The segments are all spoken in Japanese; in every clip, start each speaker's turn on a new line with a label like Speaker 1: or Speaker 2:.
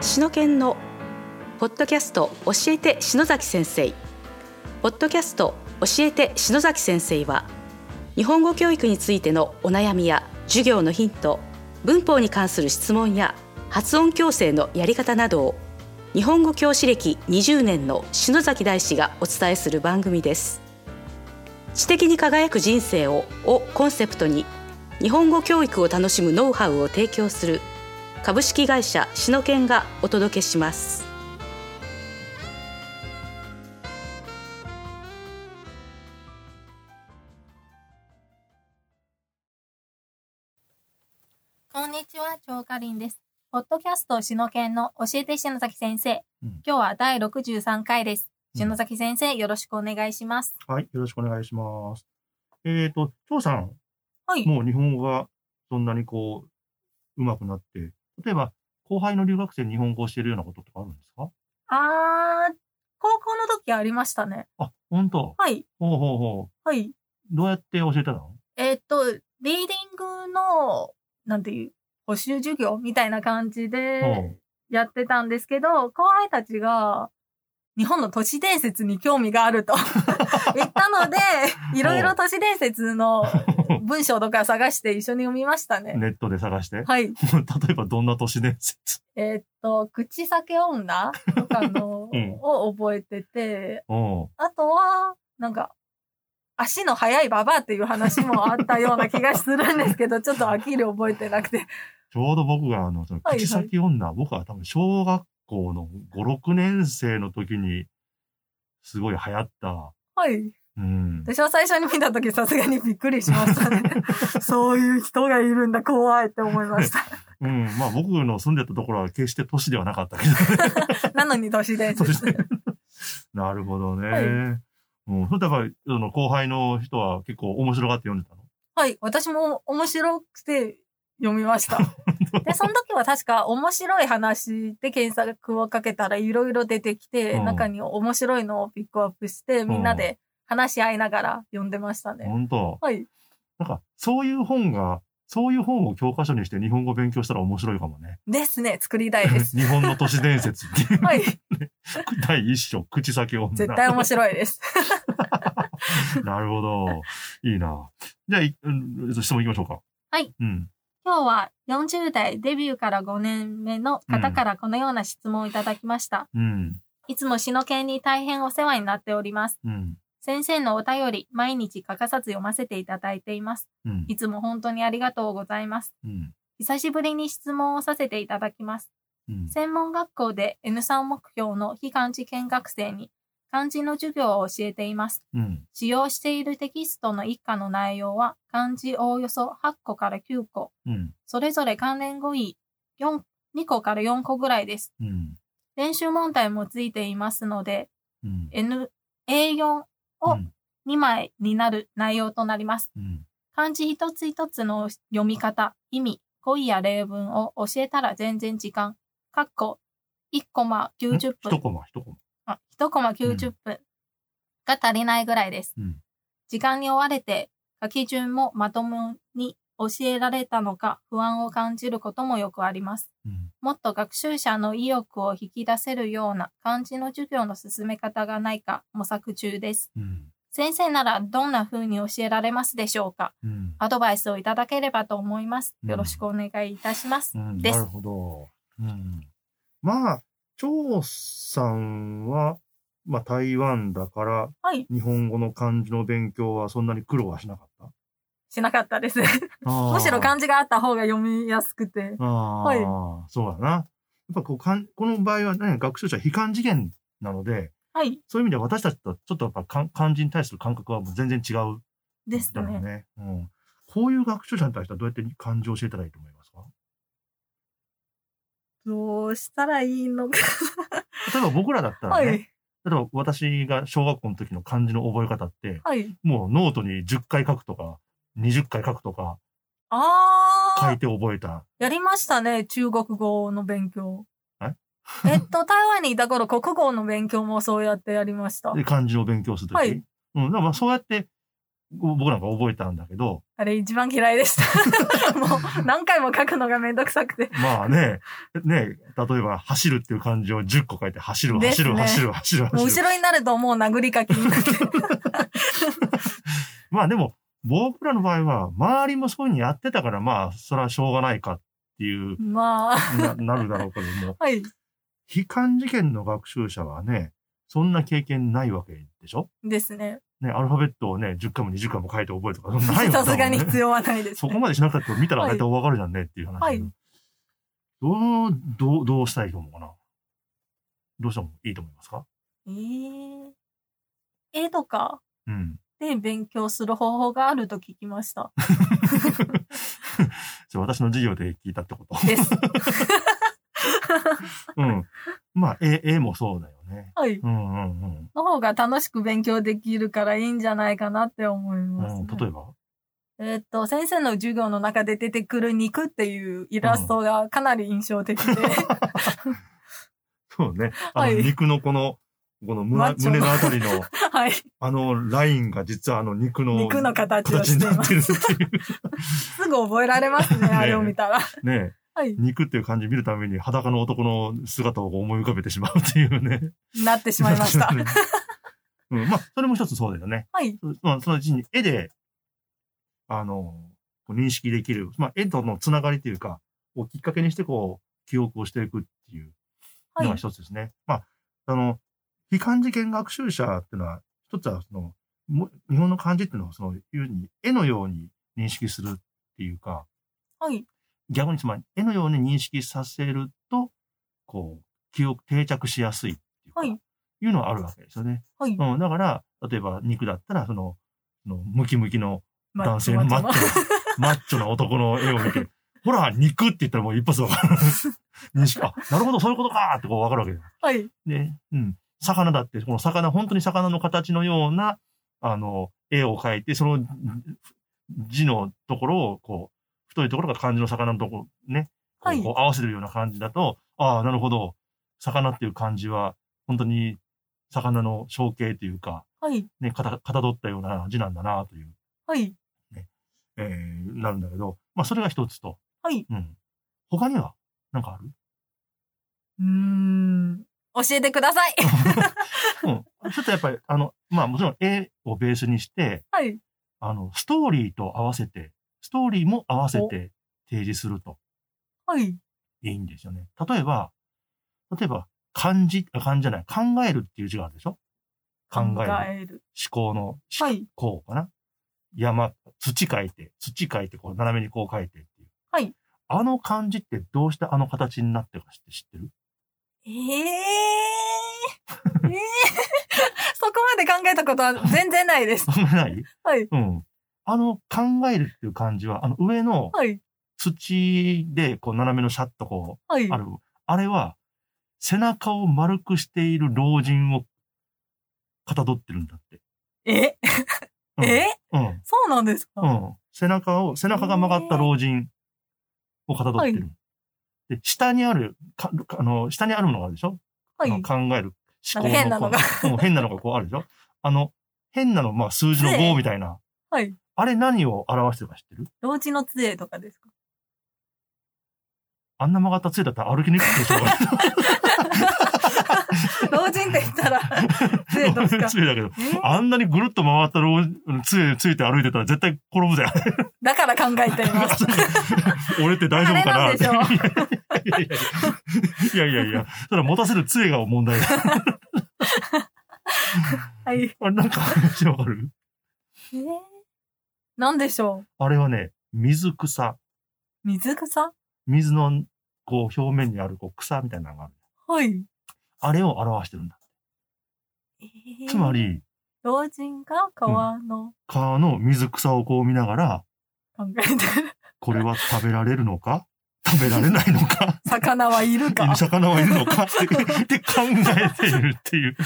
Speaker 1: 篠研のポッドキャスト教えて篠崎先生ポッドキャスト教えて篠崎先生は日本語教育についてのお悩みや授業のヒント文法に関する質問や発音矯正のやり方などを日本語教師歴20年の篠崎大師がお伝えする番組です知的に輝く人生ををコンセプトに日本語教育を楽しむノウハウを提供する株式会社シノケンがお届けします
Speaker 2: こんにちは、張かりんです。ポッドキャスト、しのけんの教えて篠崎先生。
Speaker 3: うん
Speaker 2: 今日は第63回です。
Speaker 3: うん
Speaker 2: 篠崎先生、よろしくお願いします。
Speaker 3: はい、よろしくお願いします。えっ、と、張さん、
Speaker 2: はい。
Speaker 3: もう日本語がそんなにこう、うまくなって、例えば、後輩の留学生に日本語を教えるようなこととかあるんですか
Speaker 2: あー、高校の時ありましたね。
Speaker 3: あ、本当
Speaker 2: はい。
Speaker 3: ほうほうほ
Speaker 2: はい。
Speaker 3: う。どうやって教えたの
Speaker 2: えーっと、リーディングの、なんていう、補習授業みたいな感じで
Speaker 3: ほう
Speaker 2: やってたんですけど、後輩たちが、日本の都市伝説に興味があると言ったので、いろいろ都市伝説の文章とか探して一緒に読みましたね。
Speaker 3: ネットで探して。
Speaker 2: はい。
Speaker 3: 例えば、どんな都市伝説、
Speaker 2: えーっと、口裂け女とかの
Speaker 3: うん
Speaker 2: を覚えてて、
Speaker 3: おう
Speaker 2: あとは、なんか、足の速いババアっていう話もあったような気がするんですけど、ちょっと飽きる覚えてなくて。
Speaker 3: ちょうど僕が、あの、その、
Speaker 2: はいはい
Speaker 3: 口先女、僕は多分、小学校の5、6年生の時に、すごい流行った。
Speaker 2: はい。
Speaker 3: うん。
Speaker 2: 私は最初に見たときさすがにびっくりしました ね。そういう人がいるんだ、怖いって思いま した。
Speaker 3: うん。まあ、僕の住んでたところは決して都市ではなかったけどね。
Speaker 2: なのに都市伝
Speaker 3: そ
Speaker 2: 説。
Speaker 3: して、なるほどね。
Speaker 2: はい
Speaker 3: うん、それだから、その後輩の人は結構面白がって読んでたの
Speaker 2: はい。私も面白くて読みま した。で、その時は確か面白い話で検索をかけたらいろいろ出てきて、
Speaker 3: うん
Speaker 2: 中に面白いのをピックアップして、みんなで話し合いながら読んでましたね。
Speaker 3: 本当
Speaker 2: はい。
Speaker 3: なんか、そういう本が、そういう本を教科書にして日本語勉強したら面白いかもね。
Speaker 2: ですね。作りたいで す。
Speaker 3: 日本の都市伝説っていう。
Speaker 2: はい。
Speaker 3: 第一章、口先女。
Speaker 2: 絶対面白いです。
Speaker 3: なるほど。いいな。じゃあ、いうん質問いきましょうか。
Speaker 2: はい。
Speaker 3: うん。
Speaker 2: 今日は40代デビューから5年目の方からこのような質問をいただきました。
Speaker 3: うん。
Speaker 2: いつも詩の研に大変お世話になっております。
Speaker 3: うん。
Speaker 2: 先生のお便り、毎日欠かさず読ませていただいています。
Speaker 3: うん。
Speaker 2: いつも本当にありがとうございます。
Speaker 3: うん。
Speaker 2: 久しぶりに質問をさせていただきます。
Speaker 3: うん。
Speaker 2: 専門学校で N3 目標の非漢字見学生に漢字の授業を教えています。
Speaker 3: うん。
Speaker 2: 使用しているテキストの一課の内容は漢字おおよそ8個から9個、
Speaker 3: うん。
Speaker 2: それぞれ関連語彙4 2個から4個ぐらいです。
Speaker 3: うん。
Speaker 2: 練習問題もついていますので、
Speaker 3: うん。
Speaker 2: N、A4 を
Speaker 3: うん
Speaker 2: 2枚になる内容となります。
Speaker 3: うん。
Speaker 2: 漢字一つ一つの読み方、意味、語彙や例文を教えたら全然時間。かっこ、1コマ90
Speaker 3: 一
Speaker 2: 分。
Speaker 3: コマ、一コマ。
Speaker 2: あ1コマ90分が足りないぐらいです。
Speaker 3: うん
Speaker 2: 時間に追われて、書き順もまともに教えられたのか不安を感じることもよくあります。
Speaker 3: うん。
Speaker 2: もっと学習者の意欲を引き出せるような漢字の授業の進め方がないか模索中です。
Speaker 3: うん。
Speaker 2: 先生ならどんな風に教えられますでしょうか
Speaker 3: うん。
Speaker 2: アドバイスをいただければと思います。
Speaker 3: うん
Speaker 2: よろしくお願いいたします。
Speaker 3: うん、
Speaker 2: です
Speaker 3: なるほど。うん、まあ、張さんは、まあ、台湾だから、
Speaker 2: はい。
Speaker 3: 日本語の漢字の勉強はそんなに苦労はしなかっ
Speaker 2: しなかったです。
Speaker 3: た。あー
Speaker 2: むしろ漢字があった方が読みやすくて。
Speaker 3: ああ、そうだな。やっぱこうかん、この場合は、ね、学習者は非漢字源なので、
Speaker 2: はい。
Speaker 3: そういう意味では私たちとちょっとやっぱ漢漢字に対する感覚はもう全然違う
Speaker 2: です
Speaker 3: だろう
Speaker 2: ね。
Speaker 3: ね。うん。こういう学習者に対してはどうやって漢字を教えたらいいと思いますか
Speaker 2: どうしたらいいのか。
Speaker 3: 例えば僕らだったら
Speaker 2: は
Speaker 3: ね、
Speaker 2: い。
Speaker 3: 例えば私が小学校の時の漢字の覚え方って、
Speaker 2: はい。
Speaker 3: もうノートに10回書くとか、20回書くとか、
Speaker 2: あ
Speaker 3: 書
Speaker 2: ー
Speaker 3: いて覚えた。
Speaker 2: やりましたね。中国語の勉強
Speaker 3: え。
Speaker 2: えっと、台湾にいた頃、国語の勉強もそうやってやりました。
Speaker 3: で、漢字を勉強するとき。
Speaker 2: はい
Speaker 3: うん、だからまあそうやって、ぼ僕なんか覚えたんだけど、
Speaker 2: あれ一番嫌いで した。もう何回も書くのがめんどくさくて。
Speaker 3: まあ ね、ね、例えば走るっていう漢字を10個書いて走る、
Speaker 2: で
Speaker 3: 走
Speaker 2: す
Speaker 3: る、
Speaker 2: ね
Speaker 3: 走る、走る、
Speaker 2: もう
Speaker 3: 走
Speaker 2: 後
Speaker 3: る。
Speaker 2: ろになるともう殴り書きになって。
Speaker 3: まあでも、僕らの場合は、周りもそういうふうにやってたから、まあ、それはしょうがないかっていう、
Speaker 2: まあ、
Speaker 3: ななるだろうけども、
Speaker 2: はい。
Speaker 3: 非漢事件の学習者はね、そんな経験ないわけでしょ
Speaker 2: ですね。
Speaker 3: ね、アルファベットをね、10回も20回も書いて覚えとか、そんなないわけだも
Speaker 2: さ
Speaker 3: ん
Speaker 2: すがに
Speaker 3: ね
Speaker 2: 必要はないです
Speaker 3: そ
Speaker 2: ね、
Speaker 3: こまでしなくたって見たら
Speaker 2: はい
Speaker 3: 大体わかるじゃんねっていう話。
Speaker 2: はい
Speaker 3: どう、どう、どうしたいと思うかなどうしたらいいと思いますか
Speaker 2: えー、絵とか
Speaker 3: うん。
Speaker 2: で勉強する方法があると聞きました。
Speaker 3: それ私の授業で聞いたってこと。
Speaker 2: です。
Speaker 3: うん。まあ、絵、絵もそうだよね。
Speaker 2: はい。
Speaker 3: うんうん
Speaker 2: の方が楽しく勉強できるからいいんじゃないかなって思い
Speaker 3: うん。
Speaker 2: ます、ね
Speaker 3: うん、例えば
Speaker 2: えーっと、先生の授業の中で出てくる肉っていうイラストがかなり印象 的で、
Speaker 3: そうね。あの、
Speaker 2: はい
Speaker 3: 肉のこの、この
Speaker 2: マッ
Speaker 3: 胸
Speaker 2: チョ
Speaker 3: 胸のあたりの、
Speaker 2: はい。
Speaker 3: あの、ラインが実はあの肉の、
Speaker 2: 肉の形を
Speaker 3: 形
Speaker 2: し
Speaker 3: に
Speaker 2: てい
Speaker 3: な
Speaker 2: ま
Speaker 3: っ
Speaker 2: す。
Speaker 3: てるっていう。
Speaker 2: すぐ覚えられますね、あれを見たら。
Speaker 3: ねえ
Speaker 2: はい。
Speaker 3: 肉っていう漢字見るために裸の男の姿を思い浮かべてしまうっていうね。。
Speaker 2: なってしまいました。
Speaker 3: うん、まあ、それも一つそうだよね。
Speaker 2: はい。
Speaker 3: まあ、そのうちに絵で、あの、こう認識できる、まあ、絵とのつながりというか、をきっかけにして、こう、記憶をしていくっていう
Speaker 2: は
Speaker 3: のが
Speaker 2: い。
Speaker 3: 一つですね。まあ、あの、非漢字圏学習者っていうのは、一つは、その、も日本の漢字っていうのを、その、いうふうに、絵のように認識するっていうか、
Speaker 2: はい。
Speaker 3: 逆につまり、絵のように認識させると、こう、記憶、定着しやすいっていうか、
Speaker 2: はい
Speaker 3: い、うのはあるわけですよね。
Speaker 2: はい。
Speaker 3: うん、だから、例えば肉だったら、その、そのムキムキの
Speaker 2: ま
Speaker 3: 男性のマッチョな、 マッチョな男の絵を見て、ほら、肉って言ったらもう一発わかる。 認識、あ、なるほど、そういうことかーってこうわかるわけだよ。
Speaker 2: はい。
Speaker 3: で、うん。魚だって、この魚、本当に魚の形のような、あの、絵を描いて、その字のところを、こう、太いところが漢字の魚のところ、ね、こ
Speaker 2: は
Speaker 3: う
Speaker 2: い
Speaker 3: こう合わせるような感じだと、ああ、なるほど、魚っていう漢字は、本当に魚の象形というか、
Speaker 2: はい。
Speaker 3: ね、かたかたどったような字なんだなという、
Speaker 2: はい。
Speaker 3: えーなるんだけど、まあ、それが一つと。
Speaker 2: はい。
Speaker 3: うん。他には、なんかある
Speaker 2: うーん。教えてください。
Speaker 3: うん。ちょっとやっぱり、あの、まあ、もちろん絵をベースにして、
Speaker 2: はい。
Speaker 3: あの、ストーリーと合わせて、ストーリーも合わせて提示すると
Speaker 2: はい。
Speaker 3: いいんですよね。例えば、例えば、漢字、あ漢字じゃない、考えるっていう字があるでしょ考える。思
Speaker 2: える。
Speaker 3: 考の思
Speaker 2: はい。
Speaker 3: 考かな。山、土書いて、土書いて、こう、斜めにこう書いてっていう。
Speaker 2: はい。
Speaker 3: あの漢字ってどうしてあの形になってるか知って知ってる
Speaker 2: えー。えー。 そこまで考えたことは全然ない です。
Speaker 3: そんなない
Speaker 2: はい。
Speaker 3: うん。あの、考えるっていう漢字は、あの上の
Speaker 2: はい。
Speaker 3: 土で、こう、斜めのシャッとこう、
Speaker 2: はい。
Speaker 3: ある。あれは、背中を丸くしている老人をかたどってるんだって。
Speaker 2: え、
Speaker 3: うん、
Speaker 2: え
Speaker 3: うん。
Speaker 2: そうなんですか、
Speaker 3: うん。背中を、背中が曲がった老人をかたどってる。で、下にある、かあの、下にあるものがあるでしょ、
Speaker 2: は
Speaker 3: あの
Speaker 2: い。
Speaker 3: 考える思考の
Speaker 2: なんか変なのが
Speaker 3: こううん変なのがこうあるでしょあの、変なの、まあ、数字の5みたいな。
Speaker 2: はい。
Speaker 3: あれ何を表してるか知ってる
Speaker 2: 老人の杖とかですか
Speaker 3: あんな曲がった杖だったら歩きにくくてしょうがない。
Speaker 2: 老人って言った ら、杖としか。
Speaker 3: 杖だけど。
Speaker 2: えー
Speaker 3: あんなにぐるっと回った老杖ついて歩いてたら絶対転ぶぜ。
Speaker 2: だから考えてい ます。
Speaker 3: 俺って大丈夫かな
Speaker 2: あれなん でしょ
Speaker 3: いやいやいやいやいやいや、ただ持たせる杖が問題だ。
Speaker 2: はい。え
Speaker 3: あれなんか話わかる
Speaker 2: ー、なんでしょ
Speaker 3: あれはね、水草。
Speaker 2: う水草
Speaker 3: 水のこう表面にあるこう草みたいなのがある。
Speaker 2: はい。
Speaker 3: あれを表してるんだ。
Speaker 2: えー
Speaker 3: つま。り、
Speaker 2: 老人が川の
Speaker 3: 川の水草をこう見ながら、
Speaker 2: 考えてる。
Speaker 3: これは食べられるのか食べられないのか
Speaker 2: 魚はいるか。
Speaker 3: 魚はいるの かってって考えているっていう。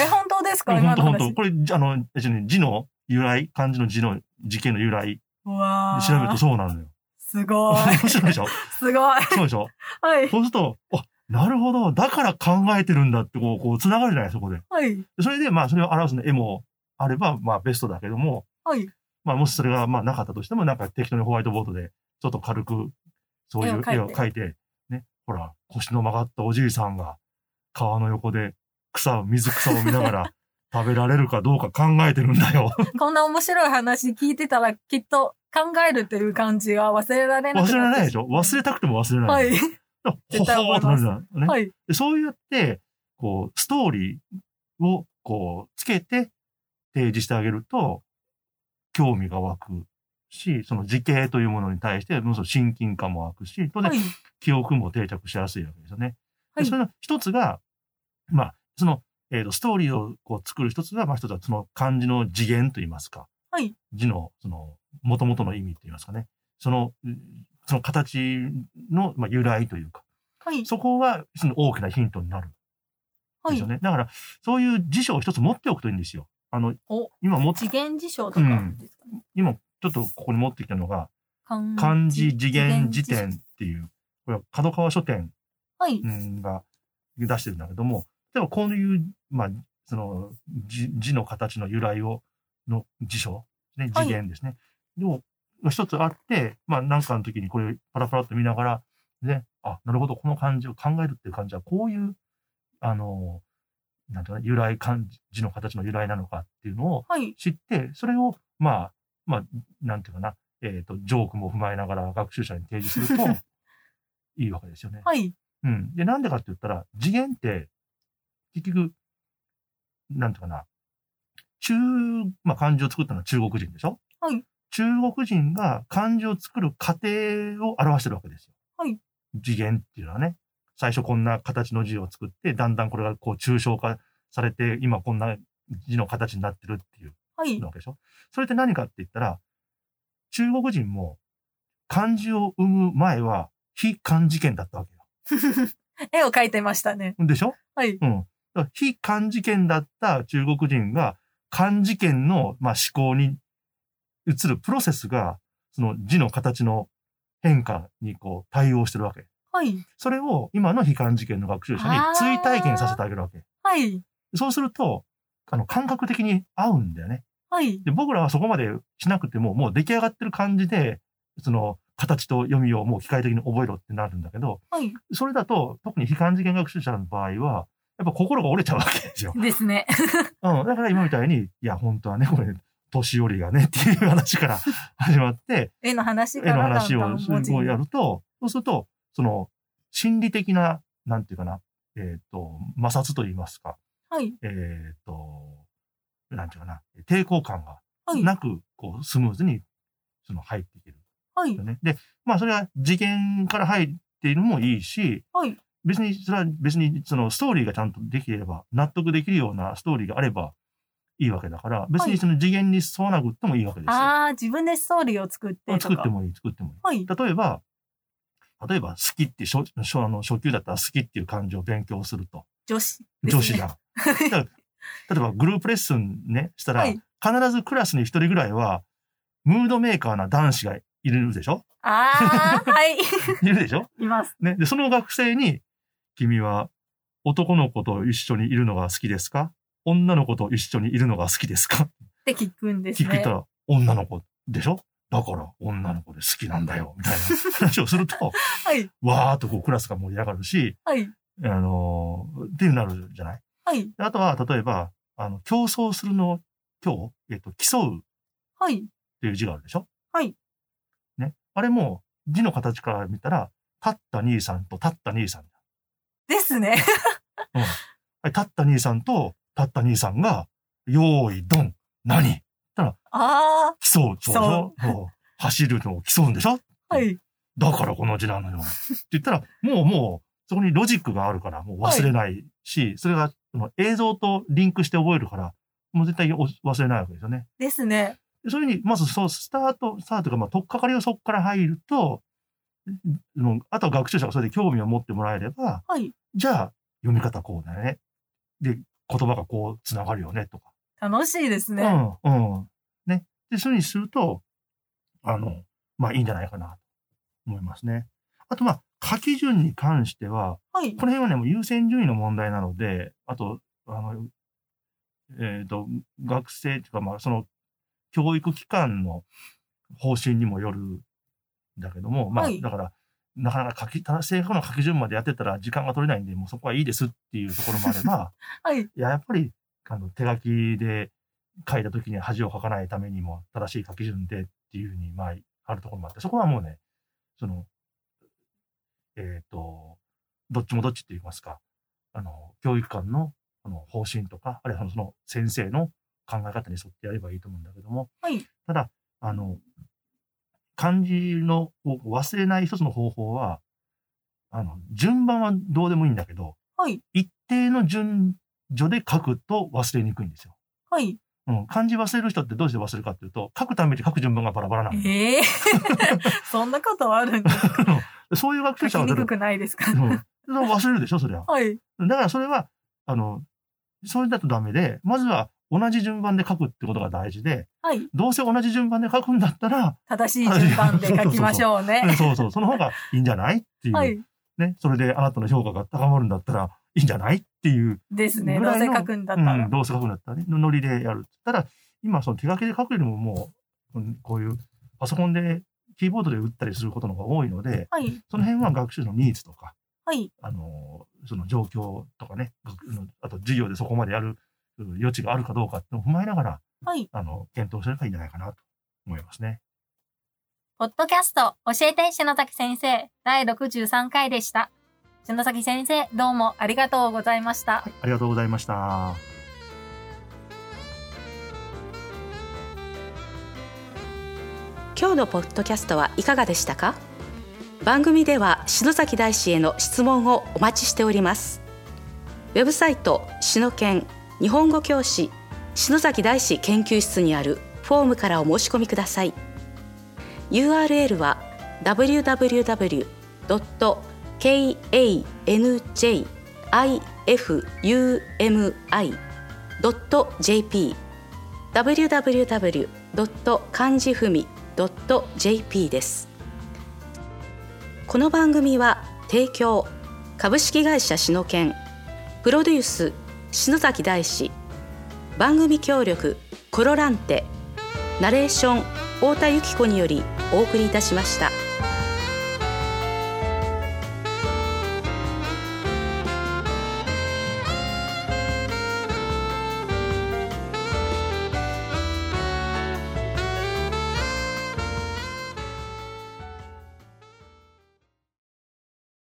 Speaker 2: え、本当ですか
Speaker 3: 本
Speaker 2: 今
Speaker 3: 当
Speaker 2: の
Speaker 3: 本当。
Speaker 2: 話。
Speaker 3: これ、あの、要するに字の由来、漢字の字の字形の由来、
Speaker 2: うわー
Speaker 3: 調べるとそうなのよ。
Speaker 2: すごい。
Speaker 3: 面白い でしょ
Speaker 2: すごい。は
Speaker 3: そうでしょ
Speaker 2: い。
Speaker 3: そうすると、あ、なるほど、だから考えてるんだってこう、こう、繋がるじゃない、そこで。
Speaker 2: はい。
Speaker 3: それで、まあ、それを表すの絵もあれば、まあ、ベストだけども、
Speaker 2: はい。
Speaker 3: まあ、もしそれがまあなかったとしても、なんか適当にホワイトボードで、ちょっと軽く、そういう
Speaker 2: 絵を描い
Speaker 3: 絵を
Speaker 2: て
Speaker 3: 描いて、ね、ほら、腰の曲がったおじいさんが、川の横で草を、水草を見なが ら食べられるかどうか考えてるんだよ。
Speaker 2: こんな面白い話聞いてたらきっと考えるという感じが忘れられなくなっ
Speaker 3: 忘
Speaker 2: て
Speaker 3: れられないでしょ忘れたくても忘れな。
Speaker 2: はいい。
Speaker 3: だから
Speaker 2: 絶対
Speaker 3: ほほー
Speaker 2: 思い
Speaker 3: っとな
Speaker 2: ま
Speaker 3: る
Speaker 2: す
Speaker 3: じゃないね。
Speaker 2: はい。
Speaker 3: でそうやって、こう、ストーリーを、こう、つけて提示してあげると、興味が湧くし、その時系というものに対して、もうその親近感も湧くし、当然
Speaker 2: は、い。
Speaker 3: 記憶も定着しやすいわけですよね。
Speaker 2: は
Speaker 3: で
Speaker 2: い
Speaker 3: それの一つが、まあ、その、えーと、ストーリーをこう作る一つが、まあ一つはその漢字の次元といいますか、
Speaker 2: はい
Speaker 3: 字の、その、元々の意味といいますかね、その、うんその形の、まあ、由来というか、
Speaker 2: はい。
Speaker 3: そこがその大きなヒントになるん
Speaker 2: は
Speaker 3: ですよ
Speaker 2: い。
Speaker 3: ね。だから、そういう辞書を一つ持っておくといいんですよ。あの、
Speaker 2: お、
Speaker 3: 今も、
Speaker 2: 次元辞書とかですかね。
Speaker 3: 今、ちょっとここに持ってきたのが、漢
Speaker 2: 漢
Speaker 3: 字次元辞典っ
Speaker 2: 書。
Speaker 3: ていう、これは角川書店
Speaker 2: はい。
Speaker 3: うんが出してるんだけども、例えばこういう、まあ、その字字の形の由来を、の辞書、ね、
Speaker 2: はい
Speaker 3: 次元ですね。でも、一つあって、まあ、なんかの時にこれパラパラっと見ながら、ね、あ、なるほど、この漢字を考えるっていう漢字は、こういう、あの、なんていうかな、由来、漢字字の形の由来なのかっていうのを
Speaker 2: はい。
Speaker 3: 知って、それを、まあ、まあ、なんていうかな、えっ、と、ジョークも踏まえながら学習者に提示 すると、いいわけですよね。
Speaker 2: はい。
Speaker 3: うん。で、なんでかって言ったら、次元って、結局、なんていうかな、中、まあ、漢字を作ったのは中国人でしょ
Speaker 2: はい。
Speaker 3: 中国人が漢字を作る過程を表してるわけですよ。
Speaker 2: はい。
Speaker 3: 次元っていうのはね、最初こんな形の字を作って、だんだんこれがこう抽象化されて、今こんな字の形になってるっていう
Speaker 2: はい。
Speaker 3: わけでしょそれって何かって言ったら、中国人も漢字を生む前は非漢字圏だったわけよ。
Speaker 2: 絵を描いてましたね。
Speaker 3: でしょ
Speaker 2: はい。
Speaker 3: うん。だから非漢字圏だった中国人が漢字圏の、まあ、思考に移るプロセスが、その字の形の変化にこう対応してるわけ。
Speaker 2: はい。
Speaker 3: それを今の非漢字圏の学習者に
Speaker 2: あー
Speaker 3: 追体験させてあげるわけ。
Speaker 2: はい。
Speaker 3: そうすると、あの、感覚的に合うんだよね。
Speaker 2: はい。
Speaker 3: で、僕らはそこまでしなくても、もう出来上がってる感じで、その、形と読みをもう機械的に覚えろってなるんだけど、
Speaker 2: はい。
Speaker 3: それだと、特に非漢字圏学習者の場合は、やっぱ心が折れちゃうわけですよ。
Speaker 2: ですね。
Speaker 3: うん、だから今みたいに、いや、本当はね、これ、年寄りがね、っていう話から始 まって、
Speaker 2: 絵の話
Speaker 3: 絵
Speaker 2: から
Speaker 3: の
Speaker 2: だんだん
Speaker 3: 話を
Speaker 2: 文字
Speaker 3: をやると、そうすると、その、心理的な、なんていうかな、えっ、と、摩擦と言いますか、
Speaker 2: はい。
Speaker 3: えっ、と、なんていうかな、抵抗感が
Speaker 2: はい。
Speaker 3: なく、こう、スムーズに、その、入っていける
Speaker 2: はい
Speaker 3: よ。ね。で、まあ、それは次元から入っているのもいいし、
Speaker 2: はい。
Speaker 3: 別に、それは別に、そのストーリーがちゃんとできれば、納得できるようなストーリーがあればいいわけだから、別にその次元に沿わなくってもいいわけですよ。
Speaker 2: ああ、自分でストーリーを作ってとか。
Speaker 3: 作ってもいい、作ってもい
Speaker 2: はい。
Speaker 3: い。例えば、例えば、好きって初、初あの初級だったら好きっていう漢字を勉強すると。
Speaker 2: 女子、ですね
Speaker 3: 女子だ。だから例えば、グループレッスンね、したら、
Speaker 2: は
Speaker 3: 必
Speaker 2: い
Speaker 3: ずクラスに一人ぐらいは、ムードメーカーな男子がいるでしょ
Speaker 2: ああ、 はい。
Speaker 3: いるでしょ
Speaker 2: います。
Speaker 3: ね、で、その学生に、君は男の子と一緒にいるのが好きですか女の子と一緒にいるのが好きですか
Speaker 2: って聞くんです
Speaker 3: 聞い
Speaker 2: ね
Speaker 3: た。ら、女の子でしょだから女の子で好きなんだよ、みたいな 話をすると、
Speaker 2: はい。
Speaker 3: わーっとこうクラスが盛り上がるし、
Speaker 2: はい。
Speaker 3: あのーっていうなるじゃない
Speaker 2: はい。
Speaker 3: であとは、例えば、あの、競争するの、今日、えっと、競うっ
Speaker 2: はい。
Speaker 3: ていう字があるでしょ
Speaker 2: はい。
Speaker 3: ね。あれも、字の形から見たら、立った兄さんと立った兄さん
Speaker 2: ですね。
Speaker 3: はい、立った兄さんと、立った兄さんが、用意、ドン、何
Speaker 2: あ
Speaker 3: 競う、そうでしょ
Speaker 2: そ
Speaker 3: そう走るのを競うんでしょ
Speaker 2: あ、はい。
Speaker 3: だからこの字なのよ。って言ったら、もうもう、そこにロジックがあるから、もう忘れないし、それがその映像とリンクして覚えるから、もう絶対お忘れないわけですよね。
Speaker 2: ですね。
Speaker 3: でそういうふうに、まずそう、スタート、スタートが、まあ、とっかかりをそこから入ると、うんあとは学習者がそれで興味を持ってもらえれば、
Speaker 2: はい。
Speaker 3: じゃあ、読み方こうだよね。で、言葉がこう、つながるよね、とか。
Speaker 2: 楽しいですね。
Speaker 3: うん、うん。ね。で、そういうふうにすると、あの、まあいいんじゃないかな、と思いますね。あと、まあ、書き順に関しては、
Speaker 2: はい。
Speaker 3: この辺はね、もう優先順位の問題なので、あと、あの、えっ、と、学生というか、まあ、その、教育機関の方針にもよるんだけども、まあ、
Speaker 2: はい
Speaker 3: だから、なかなか書き、た正確な書き順までやってたら時間が取れないんで、もうそこはいいですっていうところもあれば、
Speaker 2: はい。
Speaker 3: いや、やっぱり、あの、手書きで書いた時に恥をかかないためにも、正しい書き順でっていうふうに、まあ、あるところもあって、そこはもうね、その、えっ、と、どっちもどっちって言いますか、あの、教育官のあの方針とか、あるいはそのその先生の考え方に沿ってやればいいと思うんだけども、
Speaker 2: はい。
Speaker 3: ただ、あの、漢字のを忘れない一つの方法は、あの、順番はどうでもいいんだけど、
Speaker 2: はい。
Speaker 3: 一定の順序で書くと忘れにくいんですよ。
Speaker 2: はい。
Speaker 3: うん、漢字忘れる人ってどうして忘れるかっていうと、書くために書く順番がバラバラなの。
Speaker 2: ええ そんなことあるん ですか
Speaker 3: そういう学
Speaker 2: 書き
Speaker 3: 習者は
Speaker 2: に
Speaker 3: どれ
Speaker 2: くくないですか
Speaker 3: うんそう忘れるでしょ、それは。
Speaker 2: はい。
Speaker 3: だからそれは、あの、それだとダメで、まずは同じ順番で書くってことが大事で、
Speaker 2: はい。
Speaker 3: どうせ同じ順番で書くんだったら、
Speaker 2: 正しい順番で書きましょう
Speaker 3: うん
Speaker 2: ね。
Speaker 3: そうそう、その方がいいんじゃないっていう、
Speaker 2: はい。
Speaker 3: ね。それであなたの評価が高まるんだったら、いいんじゃないっていう、
Speaker 2: ですね。
Speaker 3: ぐ
Speaker 2: どう
Speaker 3: ら
Speaker 2: せ
Speaker 3: いの
Speaker 2: 書くんだっ
Speaker 3: う
Speaker 2: たら。
Speaker 3: ん、どうせ書くんだったらね、のノリでやる。ただ、今、その手書きで書くよりももう、うんこういうパソコンで、キーボードで打ったりすることの方が多いので、
Speaker 2: はい。
Speaker 3: その辺は学習のニーズとか、
Speaker 2: はい。
Speaker 3: あのその状況とかね、学うんあと授業でそこまでやるうん余地があるかどうかっていうのを踏まえながら、
Speaker 2: はい。
Speaker 3: あの、検討すればいいんじゃないかなと思いますね。
Speaker 2: ポッドキャスト教えて篠崎先生第63回でした。篠崎先生どうもありがとうございました。
Speaker 3: ありがとうございました。
Speaker 1: 今日のポッドキャストはいかがでしたか番組では篠崎大師への質問をお待ちしておりますウェブサイトしのけん日本語教師篠崎大師研究室にあるフォームからお申し込みください URL は www.kanjifumi.jp www. 漢字ふみ .jp ですこの番組は提供株式会社しのけんプロデュース篠崎大志番組協力コロランテナレーション太田由紀子によりお送りいたしました。